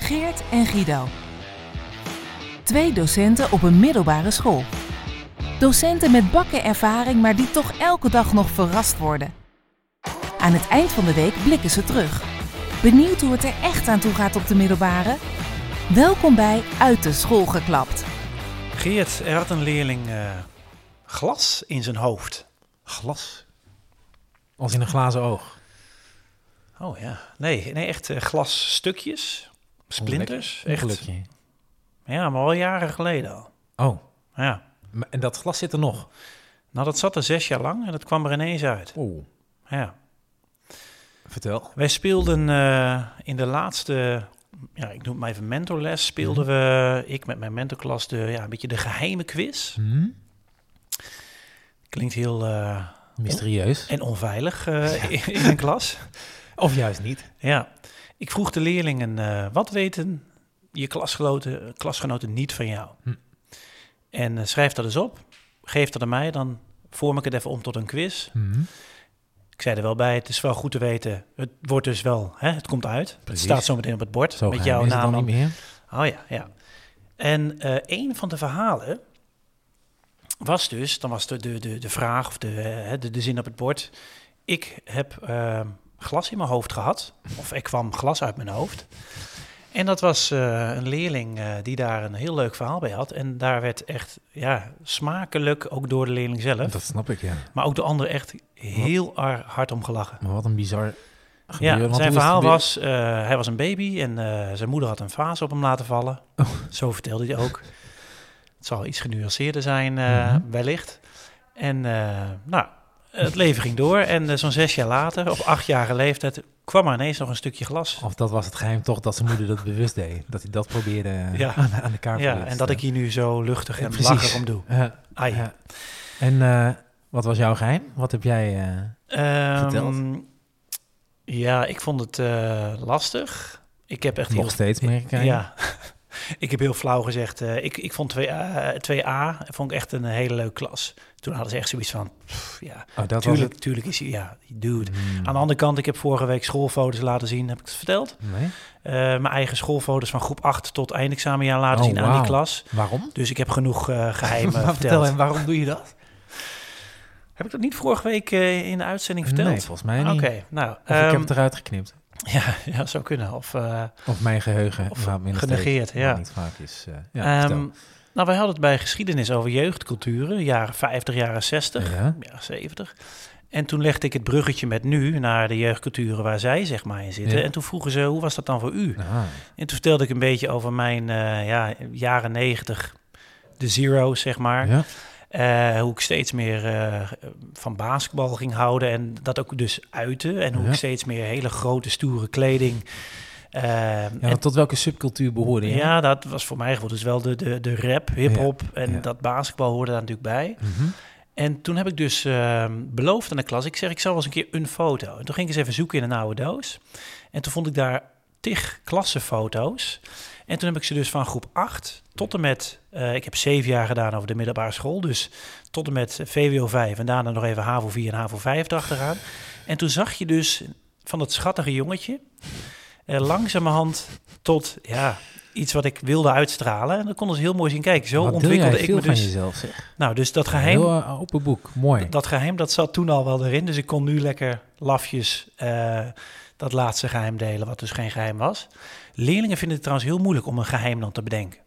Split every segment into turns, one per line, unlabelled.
Geert en Guido. Twee docenten op een middelbare school. Docenten met bakken ervaring, maar die toch elke dag nog verrast worden. Aan het eind van de week blikken ze terug. Benieuwd hoe het er echt aan toe gaat op de middelbare? Welkom bij Uit de School geklapt.
Geert, er had een leerling eh, glas in zijn hoofd.
Glas. Als in een glazen oog.
Oh ja. Nee, nee echt eh, glasstukjes. Splinters. Echt.
Ongelukje.
Ja, maar al jaren geleden al.
Oh,
Ja.
maar- en dat glas zit er nog.
Nou, dat zat er zes jaar lang en dat kwam er ineens uit.
Oeh.
Ja.
Vertel.
Wij speelden eh, in de laatste, ja, ik noem het maar even mentorles, speelden we, ik met mijn mentorklas, de, ja, een beetje de geheime quiz.
Hmm?
Klinkt heel eh,
Mysterieus.
en onveilig eh, in een klas.
Of juist niet.
Ja, ik vroeg de leerlingen, eh, wat weten je klasgenoten, klasgenoten niet van jou?
Hm.
En eh, schrijf dat eens op, geef dat aan mij, dan vorm ik het even om tot een quiz.
Hmm?
Ik zei er wel bij, het is wel goed te weten, het wordt dus wel, hè, het komt uit.
Precies.
Het staat zo meteen op het bord,
Zo
met
geheim
jouw
is het
naam.
dan
dan.
niet meer.
Oh ja, ja. En eh een van de verhalen was dus, dan was de, de, de, de vraag of de, eh, hè, de, de zin op het bord. Ik heb eh, glas in mijn hoofd gehad, of er kwam glas uit mijn hoofd. En dat was eh, een leerling eh, die daar een heel leuk verhaal bij had. En daar werd echt ja, smakelijk, ook door de leerling zelf,
Dat snap ik, ja.
maar ook de ander echt heel ar- hard om gelachen.
Maar wat een bizar gebeuren.
Ja,
want hoe
zijn
is het
verhaal
gebeurd?
was, eh, hij was een baby en eh, zijn moeder had een vaas op hem laten vallen.
Oh.
Zo vertelde hij ook. Het zal iets genuanceerder zijn, eh,
Mhm.
wellicht. En eh, nou, het leven ging door. En eh, zo'n zes jaar later, op achtjarige leeftijd, kwam er ineens nog een stukje glas.
Of dat was het geheim toch, dat zijn moeder dat bewust deed. Dat hij dat probeerde
Ja.
aan, aan de kaart
Ja, en dat ik hier nu zo luchtig en
Precies.
lacherig om doe.
Ja,
Ai.
ja. En eh, wat was jouw geheim? Wat heb jij... eh,
Ehm,
Verteld.
Ja, ik vond het eh, lastig. Ik heb echt heel
nog steeds, merk ik eigenlijk?
Ja, ik heb heel flauw gezegd. eh, ik, ik vond 2A, eh, 2A vond ik echt een hele leuke klas. Toen hadden ze echt zoiets van, pff, ja,
Oh, dat
tuurlijk, tuurlijk is hij, ja, die dude.
was het. Hmm.
Aan de andere kant, ik heb vorige week schoolfoto's laten zien, heb ik het verteld.
Nee?
Eh, mijn eigen schoolfoto's van groep 8 tot eindexamenjaar laten
Oh,
zien aan die
wauw.
klas.
Waarom?
Dus ik heb genoeg eh, geheimen
Maar vertel
verteld.
hem, waarom doe je dat?
Heb ik dat niet vorige week eh, in de uitzending verteld?
Nee, volgens mij
Oké,
niet.
nou.
Of ik
ehm,
heb het eruit geknipt.
ja, ja, zou kunnen. Of, eh,
Of mijn geheugen.
Of
waar minder
genegeerd,
steeds-
ja.
waar Niet vaak is. eh, ja,
Ehm, nou, wij hadden het bij geschiedenis over jeugdculturen, jaren 50, jaren 60,
Ja.
jaren 70. En toen legde ik het bruggetje met nu naar de jeugdculturen waar zij zeg maar in zitten.
Ja.
En toen vroegen ze, hoe was dat dan voor u?
vertel. Ah,
En toen vertelde ik een beetje over mijn eh, ja, jaren 90, de zero's zeg maar.
ja.
Eh, hoe ik steeds meer eh, van basketbal ging houden en dat ook dus uiten. En hoe
Ja.
ik steeds meer hele grote, stoere kleding... eh,
Ja,
en
want tot welke subcultuur behoorde je?
ja, dat was voor mijn gevoel dus wel de, de, de rap, hip-hop en
ja.
dat basketbal hoorde daar natuurlijk bij.
Mhm.
En toen heb ik dus ehm, beloofd aan de klas, ik zeg, ik zal wel eens een keer een foto. En toen ging ik eens even zoeken in een oude doos. En toen vond ik daar tig klassenfoto's. En toen heb ik ze dus van groep 8 tot en met, eh, ik heb zeven jaar gedaan over de middelbare school, dus tot en met VWO 5 en daarna nog even HAVO 4 en HAVO 5 erachteraan. En toen zag je dus van dat schattige jongetje eh, langzamerhand tot, ja, iets wat ik wilde uitstralen. En dat konden ze heel mooi zien. Kijk, zo
Wat deel
ontwikkelde
jij
ik
veel
me
van
dus.
jezelf, zeg.
Nou, dus dat geheim...
Heel eh, open boek, mooi.
Dat geheim dat zat toen al wel erin. Dus ik kon nu lekker lafjes eh, dat laatste geheim delen, wat dus geen geheim was. Leerlingen vinden het trouwens heel moeilijk om een geheim dan te bedenken.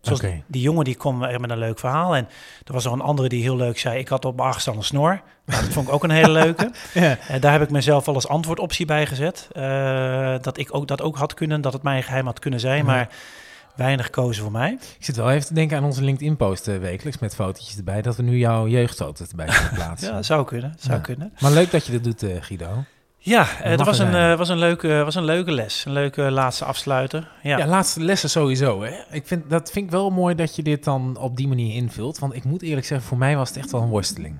Zoals
Oké.
die jongen die kwam er met een leuk verhaal. En er was nog een andere die heel leuk zei: Ik had op mijn achtste al een snor. Nou, dat vond ik ook een hele leuke.
Ja.
En daar heb ik mezelf wel als antwoordoptie bij gezet. eh, dat ik ook, dat ook had kunnen, dat het mijn geheim had kunnen zijn.
Ja.
Maar weinig kozen voor mij.
Ik zit wel even te denken aan onze LinkedIn-post eh, wekelijks met fotootjes erbij. Dat we nu jouw jeugdfoto erbij kunnen plaatsen.
Ja, zou kunnen. Zou
Ja.
kunnen.
Maar leuk dat je dat doet, eh, Guido.
Ja, eh
mag
dat was
er
een,
zijn.
eh, was, een leuke, was een leuke les. Een leuke laatste afsluiter. Ja,
Ja, laatste lessen sowieso. Hè? Ik vind, dat vind ik wel mooi dat je dit dan op die manier invult. Want ik moet eerlijk zeggen, voor mij was het echt wel een worsteling.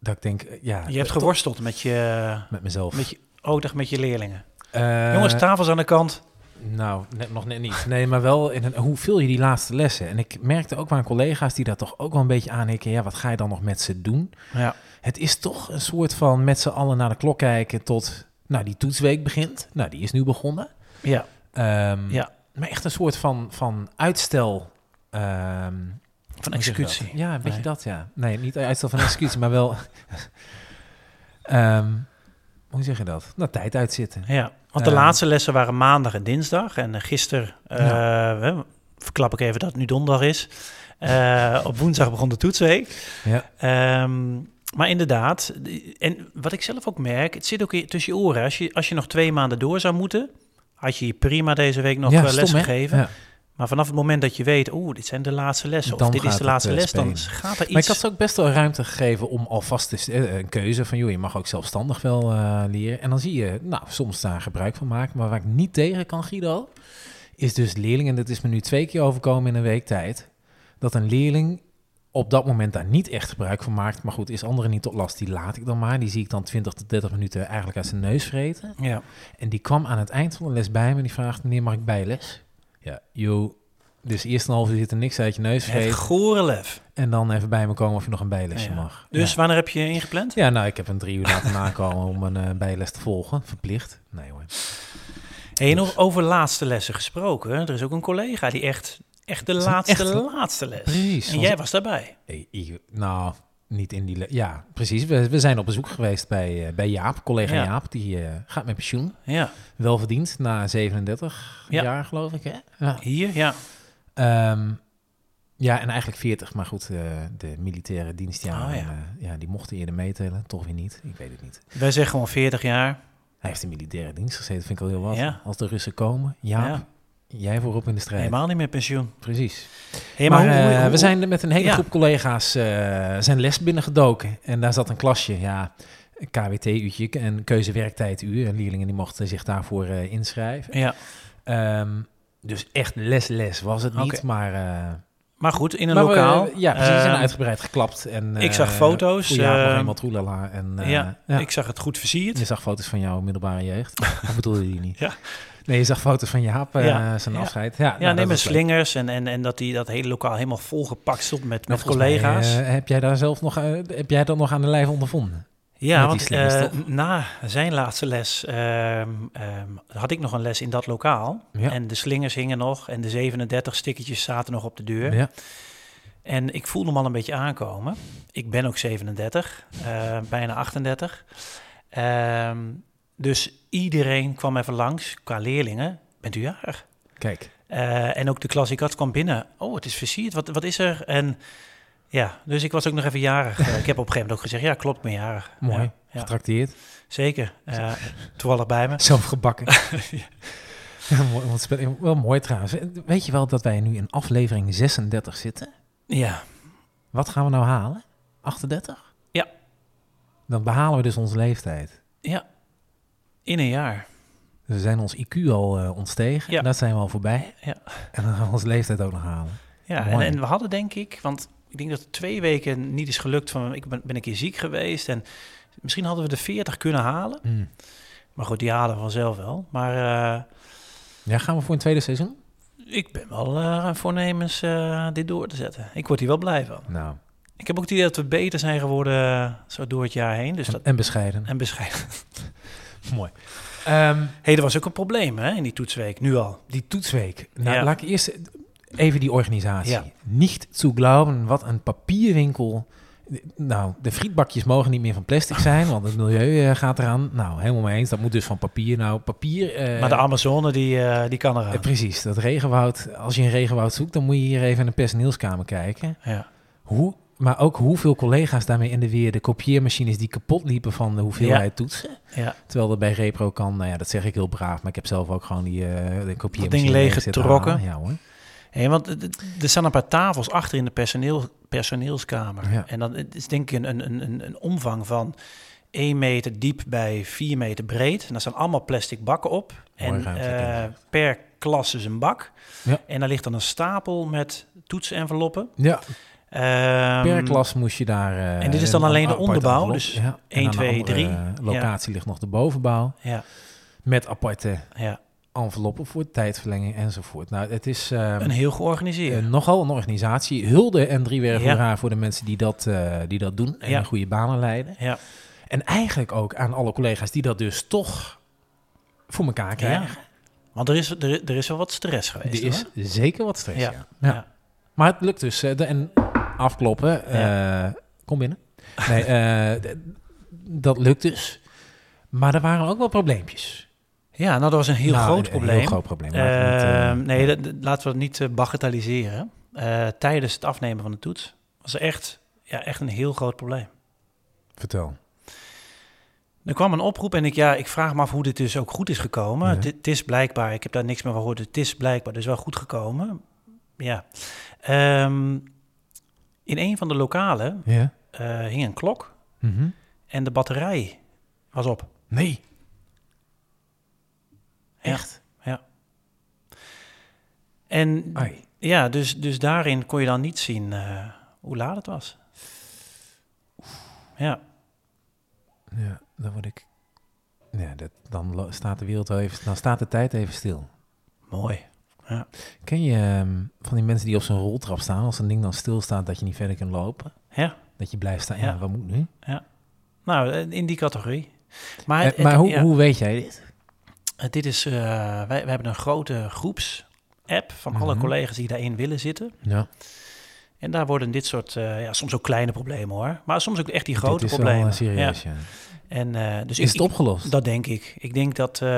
Dat ik denk, eh, ja...
je hebt
toch
geworsteld met je,
Met mezelf.
met je, ook nog met je leerlingen.
Eh,
Jongens, tafels aan de kant.
Nou, net, nog net niet. Nee, maar wel in een, hoeveel je die laatste lessen. En ik merkte ook aan collega's die daar toch ook wel een beetje aan hikken. Ja, wat ga je dan nog met ze doen?
Ja,
Het is toch een soort van met z'n allen naar de klok kijken tot... Nou, die toetsweek begint. Nou, die is nu begonnen.
ja,
Ehm,
Ja.
maar echt een soort van, van uitstel. ehm,
Van
hoe zeg je dat?
executie.
Ja, een beetje
Nee.
dat, ja. Nee, niet uitstel van executie, maar wel... ehm, hoe zeg je dat? Nou, tijd uitzitten.
Ja, want de
Eh.
laatste lessen waren maandag en dinsdag. En eh, gisteren, eh, hè, verklap ik even dat het nu donderdag is. Eh, op woensdag begon de toetsweek.
Ja.
Ehm, maar inderdaad, die- en wat ik zelf ook merk, het zit ook i- tussen je oren. Als je, als je nog twee maanden door zou moeten, had je je prima deze week nog
ja,
eh,
stom,
les
hè?
gegeven.
Ja.
Maar vanaf het moment dat je weet, oeh, dit zijn de laatste lessen, of
Dan
dit is
gaat
de
het,
laatste
eh,
les, dan
spelen.
gaat er
Maar ik
iets...
had ze ook best wel ruimte gegeven om alvast te, st- eh, een keuze van, joh, je mag ook zelfstandig wel eh, leren. En dan zie je, nou, soms daar gebruik van maken. Maar waar ik niet tegen kan, Guido, is dus leerlingen, en dat is me nu twee keer overkomen in een week tijd, dat een leerling op dat moment daar niet echt gebruik van maakt. Maar goed, is anderen niet tot last, die laat ik dan maar. Die zie ik dan 20 tot 30 minuten eigenlijk uit zijn neus vreten.
Ja,
En die kwam aan het eind van de les bij me en die vraagt, meneer, mag ik bijles? Ja, joh, dus eerst een half uur zit er niks uit je neus
het
vreten.
gore lef.
En dan even bij me komen of je nog een bijlesje
Ja.
mag.
Dus
ja.
wanneer heb je ingepland?
Ja, nou, ik heb een drie uur laten nakomen om een eh, bijles te volgen. Verplicht. Nee hoor.
Hey, en nog over laatste lessen gesproken. Er is ook een collega die echt, echt de
is een
laatste,
echt-
laatste les.
Precies,
En
want-
jij was daarbij.
Hey, ik- nou, niet in die... le- Ja, precies. We, we zijn op bezoek geweest bij, eh, bij Jaap, collega
Ja.
Jaap. Die eh, gaat met pensioen.
Ja,
Wel verdiend, na 37
Ja.
jaar geloof ik, hè? Ja.
hier, ja.
Ehm, ja, en eigenlijk 40, maar goed, eh, de militaire dienstjaren,
Oh, ja.
eh, ja, die mochten eerder meetellen. Toch weer niet, ik weet het niet.
Wij zeggen gewoon 40 jaar.
Hij heeft in militaire dienst gezeten, vind ik al heel wat.
Ja.
Als de Russen komen, Jaap,
Ja.
jij voorop in de strijd.
Helemaal niet meer pensioen.
Precies.
Hey,
maar
hoe- hoe-
eh,
hoe-
we zijn met een hele
Ja.
groep collega's eh, zijn les binnengedoken. En daar zat een klasje, ja, KWT-uurtje en keuzewerktijduur. En leerlingen die mochten zich daarvoor eh, inschrijven.
Ja,
Ehm, dus echt les, les was het niet,
Oké.
maar... eh,
maar goed, in een
maar we-
lokaal.
ja, precies, en
Ehm,
uitgebreid geklapt. En,
ik
eh,
zag foto's,
voor jou nog
ehm,
helemaal troelala. En, eh,
ja,
ja.
ik zag het goed versierd.
Je zag foto's van jouw middelbare jeugd. of bedoelde je niet?
Ja.
Nee, je zag foto's van Jaap, eh,
Ja,
zijn
ja.
afscheid. Ja, nou,
ja,
dat
neem maar
was leuk.
slingers en, en, en dat die dat hele lokaal helemaal volgepakt stond met, met
Nou, volgens mij,
collega's.
eh, heb jij daar zelf nog, eh, heb jij dat nog aan de lijf ondervonden?
Ja,
Met die
want
slingers,
eh,
toch?
na zijn laatste les ehm, ehm, had ik nog een les in dat lokaal.
Ja.
En de slingers hingen nog en de 37 stickertjes zaten nog op de deur.
Ja.
En ik voelde hem al een beetje aankomen. Ik ben ook 37, eh, bijna 38. Ehm, dus iedereen kwam even langs, qua leerlingen. Bent u jarig?
Kijk,
Eh, en ook de klas die ik had kwam binnen. Oh, het is versierd. Wat, wat is er? En ja, dus ik was ook nog even jarig. Eh, ik heb op een gegeven moment ook gezegd, ja, klopt, ik ben jarig.
mooi.
Ja, ja.
Getrakteerd,
Zeker. Eh, toevallig bij me.
zelf gebakken. Ja, mooi, want het is wel mooi trouwens. Weet je wel dat wij nu in aflevering 36 zitten?
Ja.
Wat gaan we nou halen? 38?
Ja.
Dan behalen we dus onze leeftijd.
ja. In een jaar.
Dus we zijn ons IQ al eh, ontstegen.
Ja.
Dat zijn we al voorbij.
Ja.
En dan gaan we onze leeftijd ook nog halen.
Ja, en,
Mooi.
en we hadden denk ik, want ik denk dat het twee weken niet is gelukt van ik ben, ben een keer ziek geweest en misschien hadden we de 40 kunnen halen.
Mm.
Maar goed, die halen we vanzelf wel. Maar eh,
Ja, gaan we voor een tweede seizoen?
ik ben wel eh, voornemens eh, dit door te zetten. Ik word hier wel blij van.
Nou,
Ik heb ook het idee dat we beter zijn geworden eh, zo door het jaar heen. Dus dat,
en, en bescheiden.
en bescheiden.
Mooi. Ehm,
hey, er was ook een probleem hè, in die toetsweek, nu al.
Die Toetsweek. Nou,
Ja.
laat ik eerst even die organisatie.
Ja.
Niet zu glauben, wat een papierwinkel. Nou, de frietbakjes mogen niet meer van plastic zijn, want het milieu eh, gaat eraan. Nou, helemaal mee eens. Dat moet dus van papier. Nou, papier. eh,
Maar de Amazone, die, eh, die kan
eh,
eraan.
precies, dat regenwoud. Als je een regenwoud zoekt, dan moet je hier even in de personeelskamer kijken.
Ja.
Hoe, maar ook hoeveel collega's daarmee in de weer de kopieermachines die kapot liepen van de hoeveelheid toetsen.
Ja,
Terwijl dat bij Repro kan, nou ja, dat zeg ik heel braaf, maar ik heb zelf ook gewoon die eh, de kopieermachine
leeg
zitten
getrokken.
halen. Ja hoor.
Hé, want d- d- er staan een paar tafels achter in de personeel, personeelskamer.
Ja.
En dan het is denk ik een, een, een- een, een omvang van 1 meter diep bij 4 meter breed. En daar staan allemaal plastic bakken op.
Mooi
en
ruimtelijk
eh,
inderdaad.
per klas is een bak.
Ja.
En daar ligt dan een stapel met toetsenveloppen.
Ja,
Ehm,
Per klas moest je daar... eh,
en dit is dan
een
alleen de
apart
onderbouw,
envelop.
dus
Ja. En
1,
aan de
2,
andere,
3.
eh, locatie ligt nog de bovenbouw.
Ja,
Met aparte
ja.
enveloppen voor tijdverlenging enzovoort. Nou, het is eh,
een heel
eh,
georganiseerd.
nogal een organisatie. Hulde en driewerf
Ja.
hoera voor de mensen die dat, eh, die dat doen. En
Ja.
een goede banen leiden.
ja.
En eigenlijk ook aan alle collega's die dat dus toch voor elkaar
ja.
krijgen.
Want er is, er, er is wel wat stress geweest.
Die is
hoor.
zeker wat stress, ja.
Ja.
Ja.
Ja.
Maar het lukt dus. eh, de- en afkloppen. eh, kom binnen. Nee, eh, d- dat lukt dus. Maar er waren ook wel probleempjes.
Ja, nou dat was een heel
Nou,
groot
een
probleem.
Heel groot probleem. laten we het, eh,
Ehm, nee, dat- dat- laten we dat niet eh, bagatelliseren. Eh, tijdens het afnemen van de toets was er echt, ja, echt een heel groot probleem.
vertel.
Er kwam een oproep en ik, ja, ik vraag me af hoe dit dus ook goed is gekomen.
Ja.
Het, het is blijkbaar, ik heb daar niks meer van gehoord, het is blijkbaar dus wel goed gekomen. Ja. Ehm, in een van de lokalen
Ja.
eh, hing een klok
Mhm.
en de batterij was op.
Nee.
Ja.
Echt?
En
Ai.
ja, dus, dus daarin kon je dan niet zien eh, hoe laat het was. Ja,
Ja, dan word ik... Ja, dat, dan lo- staat de wereld wel even... Dan staat de tijd even stil.
mooi.
Ken je ehm, van die mensen die op zo'n roltrap staan... als een ding dan stilstaat dat je niet verder kunt lopen?
Ja.
Dat je blijft staan. Ja,
Ja.
wat moet nu?
Nou, eh, in die categorie. Maar,
Eh,
het-
maar hoe,
ja,
hoe weet jij dit?
het- dit is, eh, wij, wij hebben een grote groepsapp van alle
Mhm.
collega's die daarin willen zitten.
Ja,
En daar worden dit soort, eh, ja, soms ook kleine problemen hoor. Maar soms ook echt die
dit
grote
is wel
problemen.
eh, serieus, ja.
Ja. En, eh, dus
Is
ik,
het opgelost?
ik- dat denk ik. Ik denk dat, eh,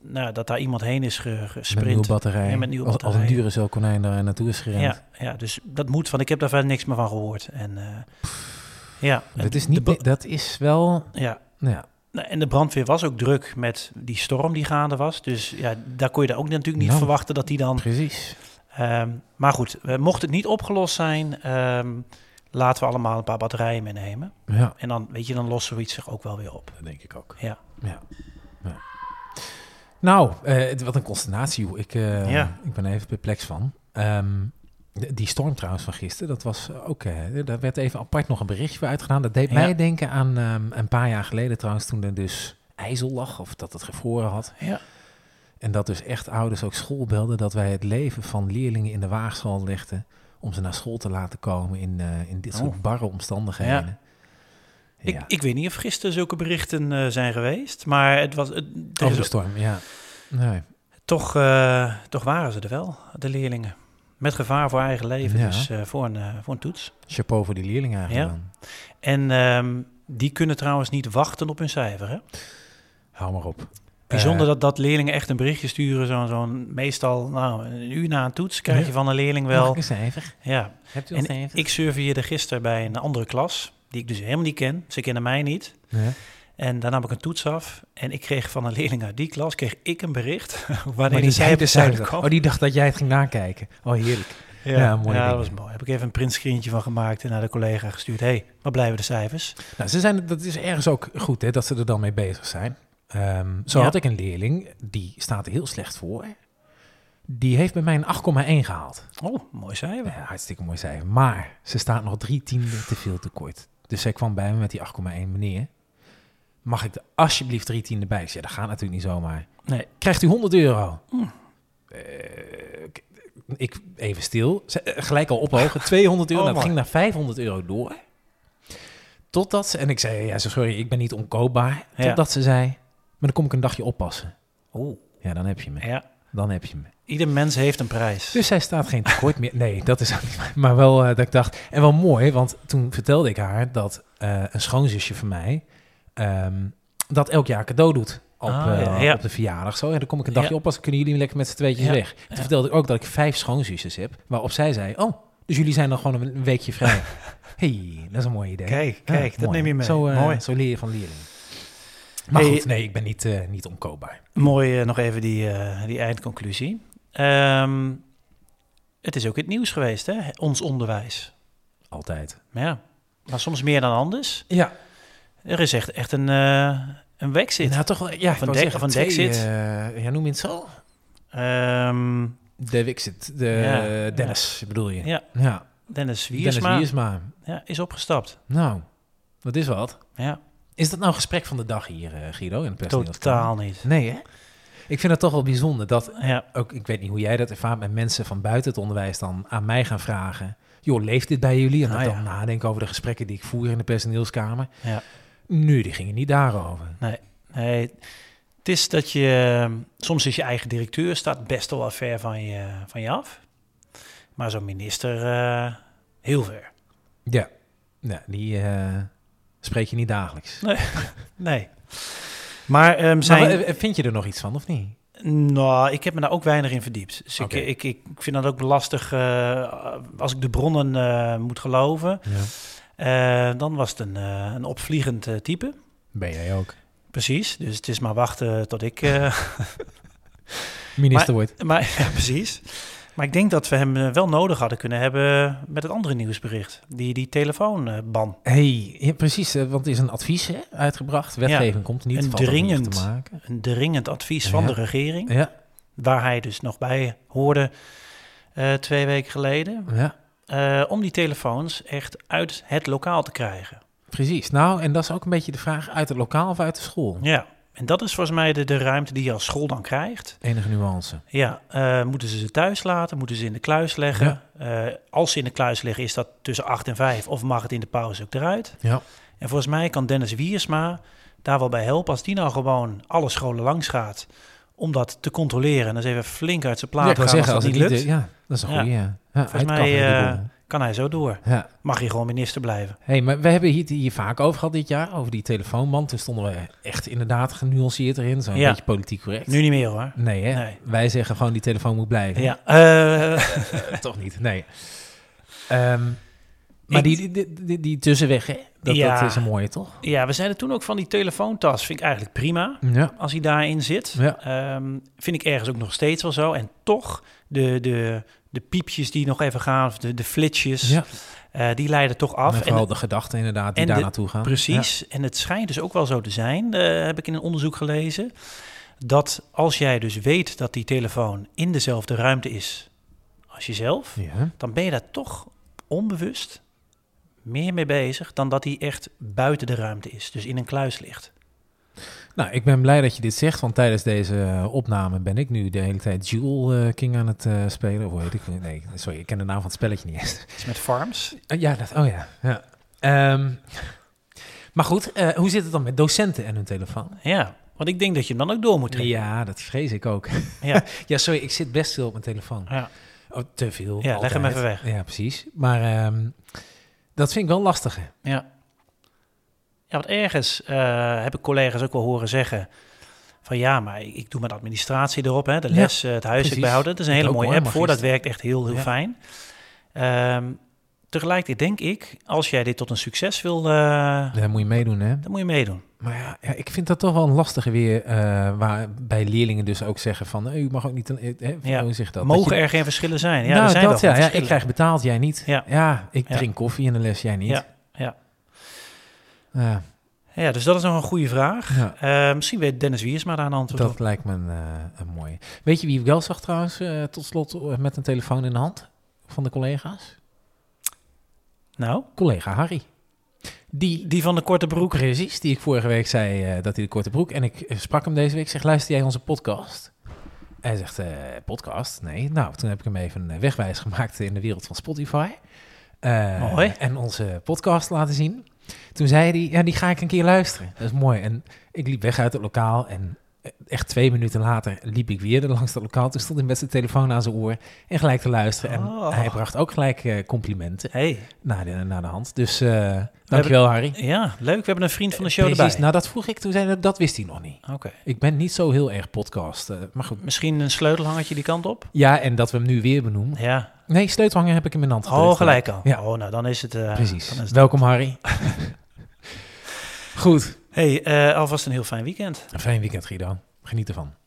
nou, dat daar iemand heen is ge-
met nieuwe
gesprint.
batterij.
Ja, met nieuwe
als, als een
batterij.
dure zo konijn daar naartoe is gerend.
Ja, ja, dus dat moet van. Ik heb daar verder niks meer van gehoord. En, eh, ja, en
dat, is
de
niet,
ba-
dat is wel...
ja,
Nou ja,
Nou, en de brandweer was ook druk met die storm die gaande was. Dus ja, daar kon je daar ook natuurlijk niet
Nou.
verwachten dat die dan...
precies.
ehm, maar goed, eh, mocht het niet opgelost zijn, ehm, laten we allemaal een paar batterijen meenemen.
Ja,
En dan, weet je, dan lost zoiets zich ook wel weer op.
dat denk ik ook.
Ja.
Ja. Ja. Nou, eh, het- wat een consternatie. joh. Ik, eh,
Ja.
ik ben er even perplex van. Ehm, d- die storm trouwens van gisteren, dat was ook... eh, daar werd even apart nog een berichtje voor uitgedaan. Dat deed
Ja.
mij denken aan ehm, een paar jaar geleden trouwens... toen er dus ijzel lag of dat het gevroren had.
Ja.
En dat dus echt ouders ook school belden... dat wij het leven van leerlingen in de waagschaal legden... om ze naar school te laten komen in, eh, in dit soort
Oh.
barre omstandigheden. Ja.
Ik, ik weet niet of gisteren zulke berichten eh, zijn geweest, maar het was, het, er
Over
is-
de storm, ja. Nee.
toch, eh, toch waren ze er wel, de leerlingen. Met gevaar voor eigen leven,
Ja.
dus eh, voor, een, eh, voor een toets.
Chapeau voor die leerlingen eigenlijk
Ja.
dan.
En ehm, die kunnen trouwens niet wachten op hun cijfer, hè?
Hou maar op.
Bijzonder
Eh,
dat, dat leerlingen echt een berichtje sturen. Zo'n zo'n meestal nou, een uur na een toets krijg
Ja.
je van een leerling
Mag ik
wel.
een cijfer?
Ja.
Hebt u
En ik surveerde gisteren bij een andere klas, die ik dus helemaal niet ken. Ze kennen mij niet. En daar nam ik een toets af. En ik kreeg van een leerling uit die klas, kreeg ik een bericht. Wanneer de cijfers zijn
Oh, die dacht dat jij het ging nakijken. Oh, heerlijk.
Ja,
ja,
ja,
mooie
dat
dingen.
was mooi. Heb ik even een printscreentje van gemaakt en naar de collega gestuurd. Hé, hey, waar blijven de cijfers?
Nou, ze zijn, dat is ergens ook goed hè, dat ze er dan mee bezig zijn. Ehm, zo
Ja.
had ik een leerling, die staat er heel slecht voor. Die heeft bij mij een 8,1 gehaald.
Oh, mooi cijfer.
Ja, Eh, hartstikke mooi cijfer. Maar ze staat nog drie tienden te veel tekort. Dus zij kwam bij me met die 8,1 meneer. Mag ik er alsjeblieft drie tienden bij? Ik zei, dat gaat natuurlijk niet zomaar.
Nee.
Krijgt u 100 euro?
Hmm.
Eh, ik- ik even stil. Ze- eh, gelijk al ophogen. 200 euro.
Oh,
dat
mooi.
ging naar 500 euro door. Totdat ze, en ik zei, ja, sorry, ik ben niet onkoopbaar.
Ja. Oh.
Totdat ze zei, maar dan kom ik een dagje oppassen.
Oeh.
Ja, dan heb je me.
Ja,
Dan heb je me.
ieder mens heeft een prijs.
Dus zij staat geen tekort meer. Nee, dat is ook niet waar. Maar wel eh, dat ik dacht. En wel mooi, want toen vertelde ik haar dat eh, een schoonzusje van mij ehm, dat elk jaar cadeau doet. Op,
Ah,
eh,
ja, ja.
op de verjaardag zo. En dan kom ik een dagje
Ja.
op als kunnen jullie lekker met z'n tweetjes
Ja,
weg. Toen vertelde ik ook dat ik vijf schoonzusjes heb. Waarop zij zei: Oh, dus jullie zijn dan gewoon een een weekje vrij. hey, dat is een mooi idee.
Kijk,
Ja,
kijk, dat
mooi.
neem je mee.
Zo, eh,
Mooi.
zo leer je van leerlingen. Maar
Hey.
goed, nee, ik ben niet, eh, niet onkoopbaar.
Mooi eh, nog even die, eh, die eindconclusie. Ehm, het is ook in het nieuws geweest, hè? ons onderwijs.
Altijd.
Maar ja, maar soms meer dan anders.
Ja,
Er is echt, echt een, eh een wegzit.
Nou, toch wel, ja,
Van
ik wou
Dek-
zeggen,
van
twee,
Dexit.
eh, ja, noem je het zo?
Ehm,
De Wixit, de
Ja.
Dennis bedoel je?
Ja.
ja.
Dennis
Dennis
Wiersma
Wiersma.
Ja, is opgestapt.
Nou, dat is wat.
Ja,
Is dat nou gesprek van de dag hier, eh, Guido, in het personeelskamer?
totaal niet.
Nee, hè? Ik vind het toch wel bijzonder dat,
Ja,
ook ik weet niet hoe jij dat ervaart, maar mensen van buiten het onderwijs dan aan mij gaan vragen, joh, leeft dit bij jullie? En dat
Nou
ik dan nadenken over de gesprekken die ik voer in de personeelskamer.
Ja.
Nu, die gingen niet daarover.
nee. Het is dat je, eh, soms is je eigen directeur, staat best wel wat ver van je, van je af. Maar zo'n minister, eh, heel ver.
Ja, ja die eh, spreek je niet dagelijks.
Nee. Maar ehm, zijn...
Maar, eh, vind je er nog iets van, of niet?
Nou, ik heb me daar ook weinig in verdiept. Dus
Oké.
ik, ik, ik vind dat ook lastig. eh, als ik de bronnen eh, moet geloven,
Ja.
eh, dan was het een, eh, een opvliegend eh, type.
Ben jij ook.
Precies. Dus het is maar wachten tot ik. eh,
Minister wordt.
maar ja, precies. Maar ik denk dat we hem eh, wel nodig hadden kunnen hebben met het andere nieuwsbericht. Die, eh, die telefoonban.
Hey, ja, precies, eh, want er is een advies hè, uitgebracht. Wetgeving komt er niet
Een
valt er niet
dringend.
te maken.
Een dringend advies van
Ja.
de regering.
Ja,
Waar hij dus nog bij hoorde eh, twee weken geleden.
ja,
eh, om die telefoons echt uit het lokaal te krijgen.
precies. Nou, en dat is ook een beetje de vraag uit het lokaal of uit de school.
Ja, en dat is volgens mij de, de ruimte die je als school dan krijgt.
Enige nuance.
Ja, eh, moeten ze ze thuis laten? Moeten ze in de kluis leggen? Eh, als ze in de kluis liggen, is dat tussen 8 en 5 of mag het in de pauze ook eruit?
Ja.
En volgens mij kan Dennis Wiersma daar wel bij helpen. Als die nou gewoon alle scholen langs gaat om dat te controleren en eens even flink uit zijn plaat
Ja, ik
gaan
wou zeggen, als
dat
het
niet
niet
lukt,
eh, Ja, dat is een
Ja.
goede. Ja. Ja,
Volgens mij,
uitkafferen die
eh,
boel.
kan hij zo door.
ja.
Mag hij gewoon minister blijven.
Hey, maar we hebben het hier vaak over gehad dit jaar, over die telefoonband. Toen stonden we echt inderdaad genuanceerd erin, zo'n
Ja.
beetje politiek correct.
Nu niet meer hoor.
Nee, hè?
Nee.
Wij zeggen gewoon die telefoon moet blijven.
Ja, eh,
Toch niet, nee. Ehm, maar
Ik-
die, die, die, die tussenweg, hè? Dat,
Ja.
dat is een mooie, toch?
ja, we zeiden toen ook van die telefoontas. Vind ik eigenlijk prima.
Ja.
als hij daarin zit.
Ja.
Ehm, vind ik ergens ook nog steeds wel zo. En toch, de, de, de piepjes die nog even gaan, of de, de flitsjes,
ja.
eh, die leiden toch af.
en vooral de gedachten inderdaad die
en
daar
de-
naartoe gaan.
precies. En het schijnt dus ook wel zo te zijn, eh, heb ik in een onderzoek gelezen, dat als jij dus weet dat die telefoon in dezelfde ruimte is als jezelf,
Ja. Ja.
dan ben je daar toch onbewust meer mee bezig dan dat hij echt buiten de ruimte is, dus in een kluis ligt.
Nou, ik ben blij dat je dit zegt, want tijdens deze eh, opname ben ik nu de hele tijd Jewel eh, King aan het eh, spelen. Hoe heet ik? Nee, sorry, ik ken de naam van het spelletje niet eens.
Dat is met farms.
Eh, Ja, dat, oh ja. ja. Ehm, maar goed, eh, hoe zit het dan met docenten en hun telefoon?
Ja, want ik denk dat je hem dan ook door moet trekken.
Ja, dat vrees ik ook.
Ja.
ja, sorry, ik zit best veel op mijn telefoon.
Ja.
Oh, te veel.
Ja, leg hem
altijd.
even weg.
Ja, precies. Maar ehm, dat vind ik wel lastig. hè.
Ja. Ja, want ergens eh, heb ik collega's ook wel horen zeggen van ja, maar ik, ik doe mijn administratie erop, hè, de
Ja,
les, eh, het huiswerk
precies.
bijhouden. Dat is een
Ik
hele
ook,
mooie
hoor,
app voor, dat
magister.
werkt echt heel, heel
Ja.
fijn. Ehm, tegelijkertijd denk ik, als jij dit tot een succes wil, eh,
Daar moet je meedoen, hè?
dan moet je meedoen.
Maar ja, ja, ik vind dat toch wel een lastige weer, eh waarbij leerlingen dus ook zeggen van, eh, u mag ook niet, een- eh,
Ja.
hoe zeg je dat?
Mogen
Dat je-
er geen verschillen zijn? Ja,
nou,
er zijn
dat,
wel
ja,
gewoon
ja, ik
verschillen.
krijg betaald, jij niet.
Ja.
ik
Ja.
drink koffie in de les, jij niet.
Ja, ja.
Ja,
ja, dus dat is nog een goede vraag.
ja,
Eh, misschien weet Dennis Wiersma daar een antwoord op.
dat lijkt me een, eh, een mooie. Weet je wie ik wel zag trouwens, eh, tot slot, eh, met een telefoon in de hand van de collega's?
Nou,
Collega Harry. Die
die van de korte broek.
Precies, die ik vorige week zei eh, dat hij de korte broek. En ik eh, sprak hem deze week. Ik zeg, luister jij onze podcast? Hij zegt, eh, podcast? Nee. Nou, toen heb ik hem even een wegwijs gemaakt in de wereld van Spotify. Eh,
Mooi.
En onze podcast laten zien. Toen zei hij, ja, die ga ik een keer luisteren. Dat is mooi. En ik liep weg uit het lokaal en eh, echt twee minuten later liep ik weer langs dat lokaal. Toen stond hij met zijn telefoon aan zijn oor en gelijk te luisteren.
Oh.
En hij bracht ook gelijk eh, complimenten
Hey,
naar de, naar de hand. Dus eh, dankjewel, Harry.
ja, leuk. We hebben een vriend van de show
Precies,
erbij.
nou dat vroeg ik toen, zei hij, dat wist hij nog niet.
Oké.
Ik ben niet zo heel erg podcast, eh, maar goed.
Misschien een sleutelhangertje die kant op?
Ja, en dat we hem nu weer benoemen.
Ja.
Nee, sleutelhanger heb ik in mijn hand
Oh,
gedrukt.
gelijk al.
Ja.
Oh, nou, dan is het... eh,
Precies.
dan is het-
Welkom Harry. goed,
hey, eh, alvast een heel fijn weekend.
een fijn weekend Guido. Geniet ervan.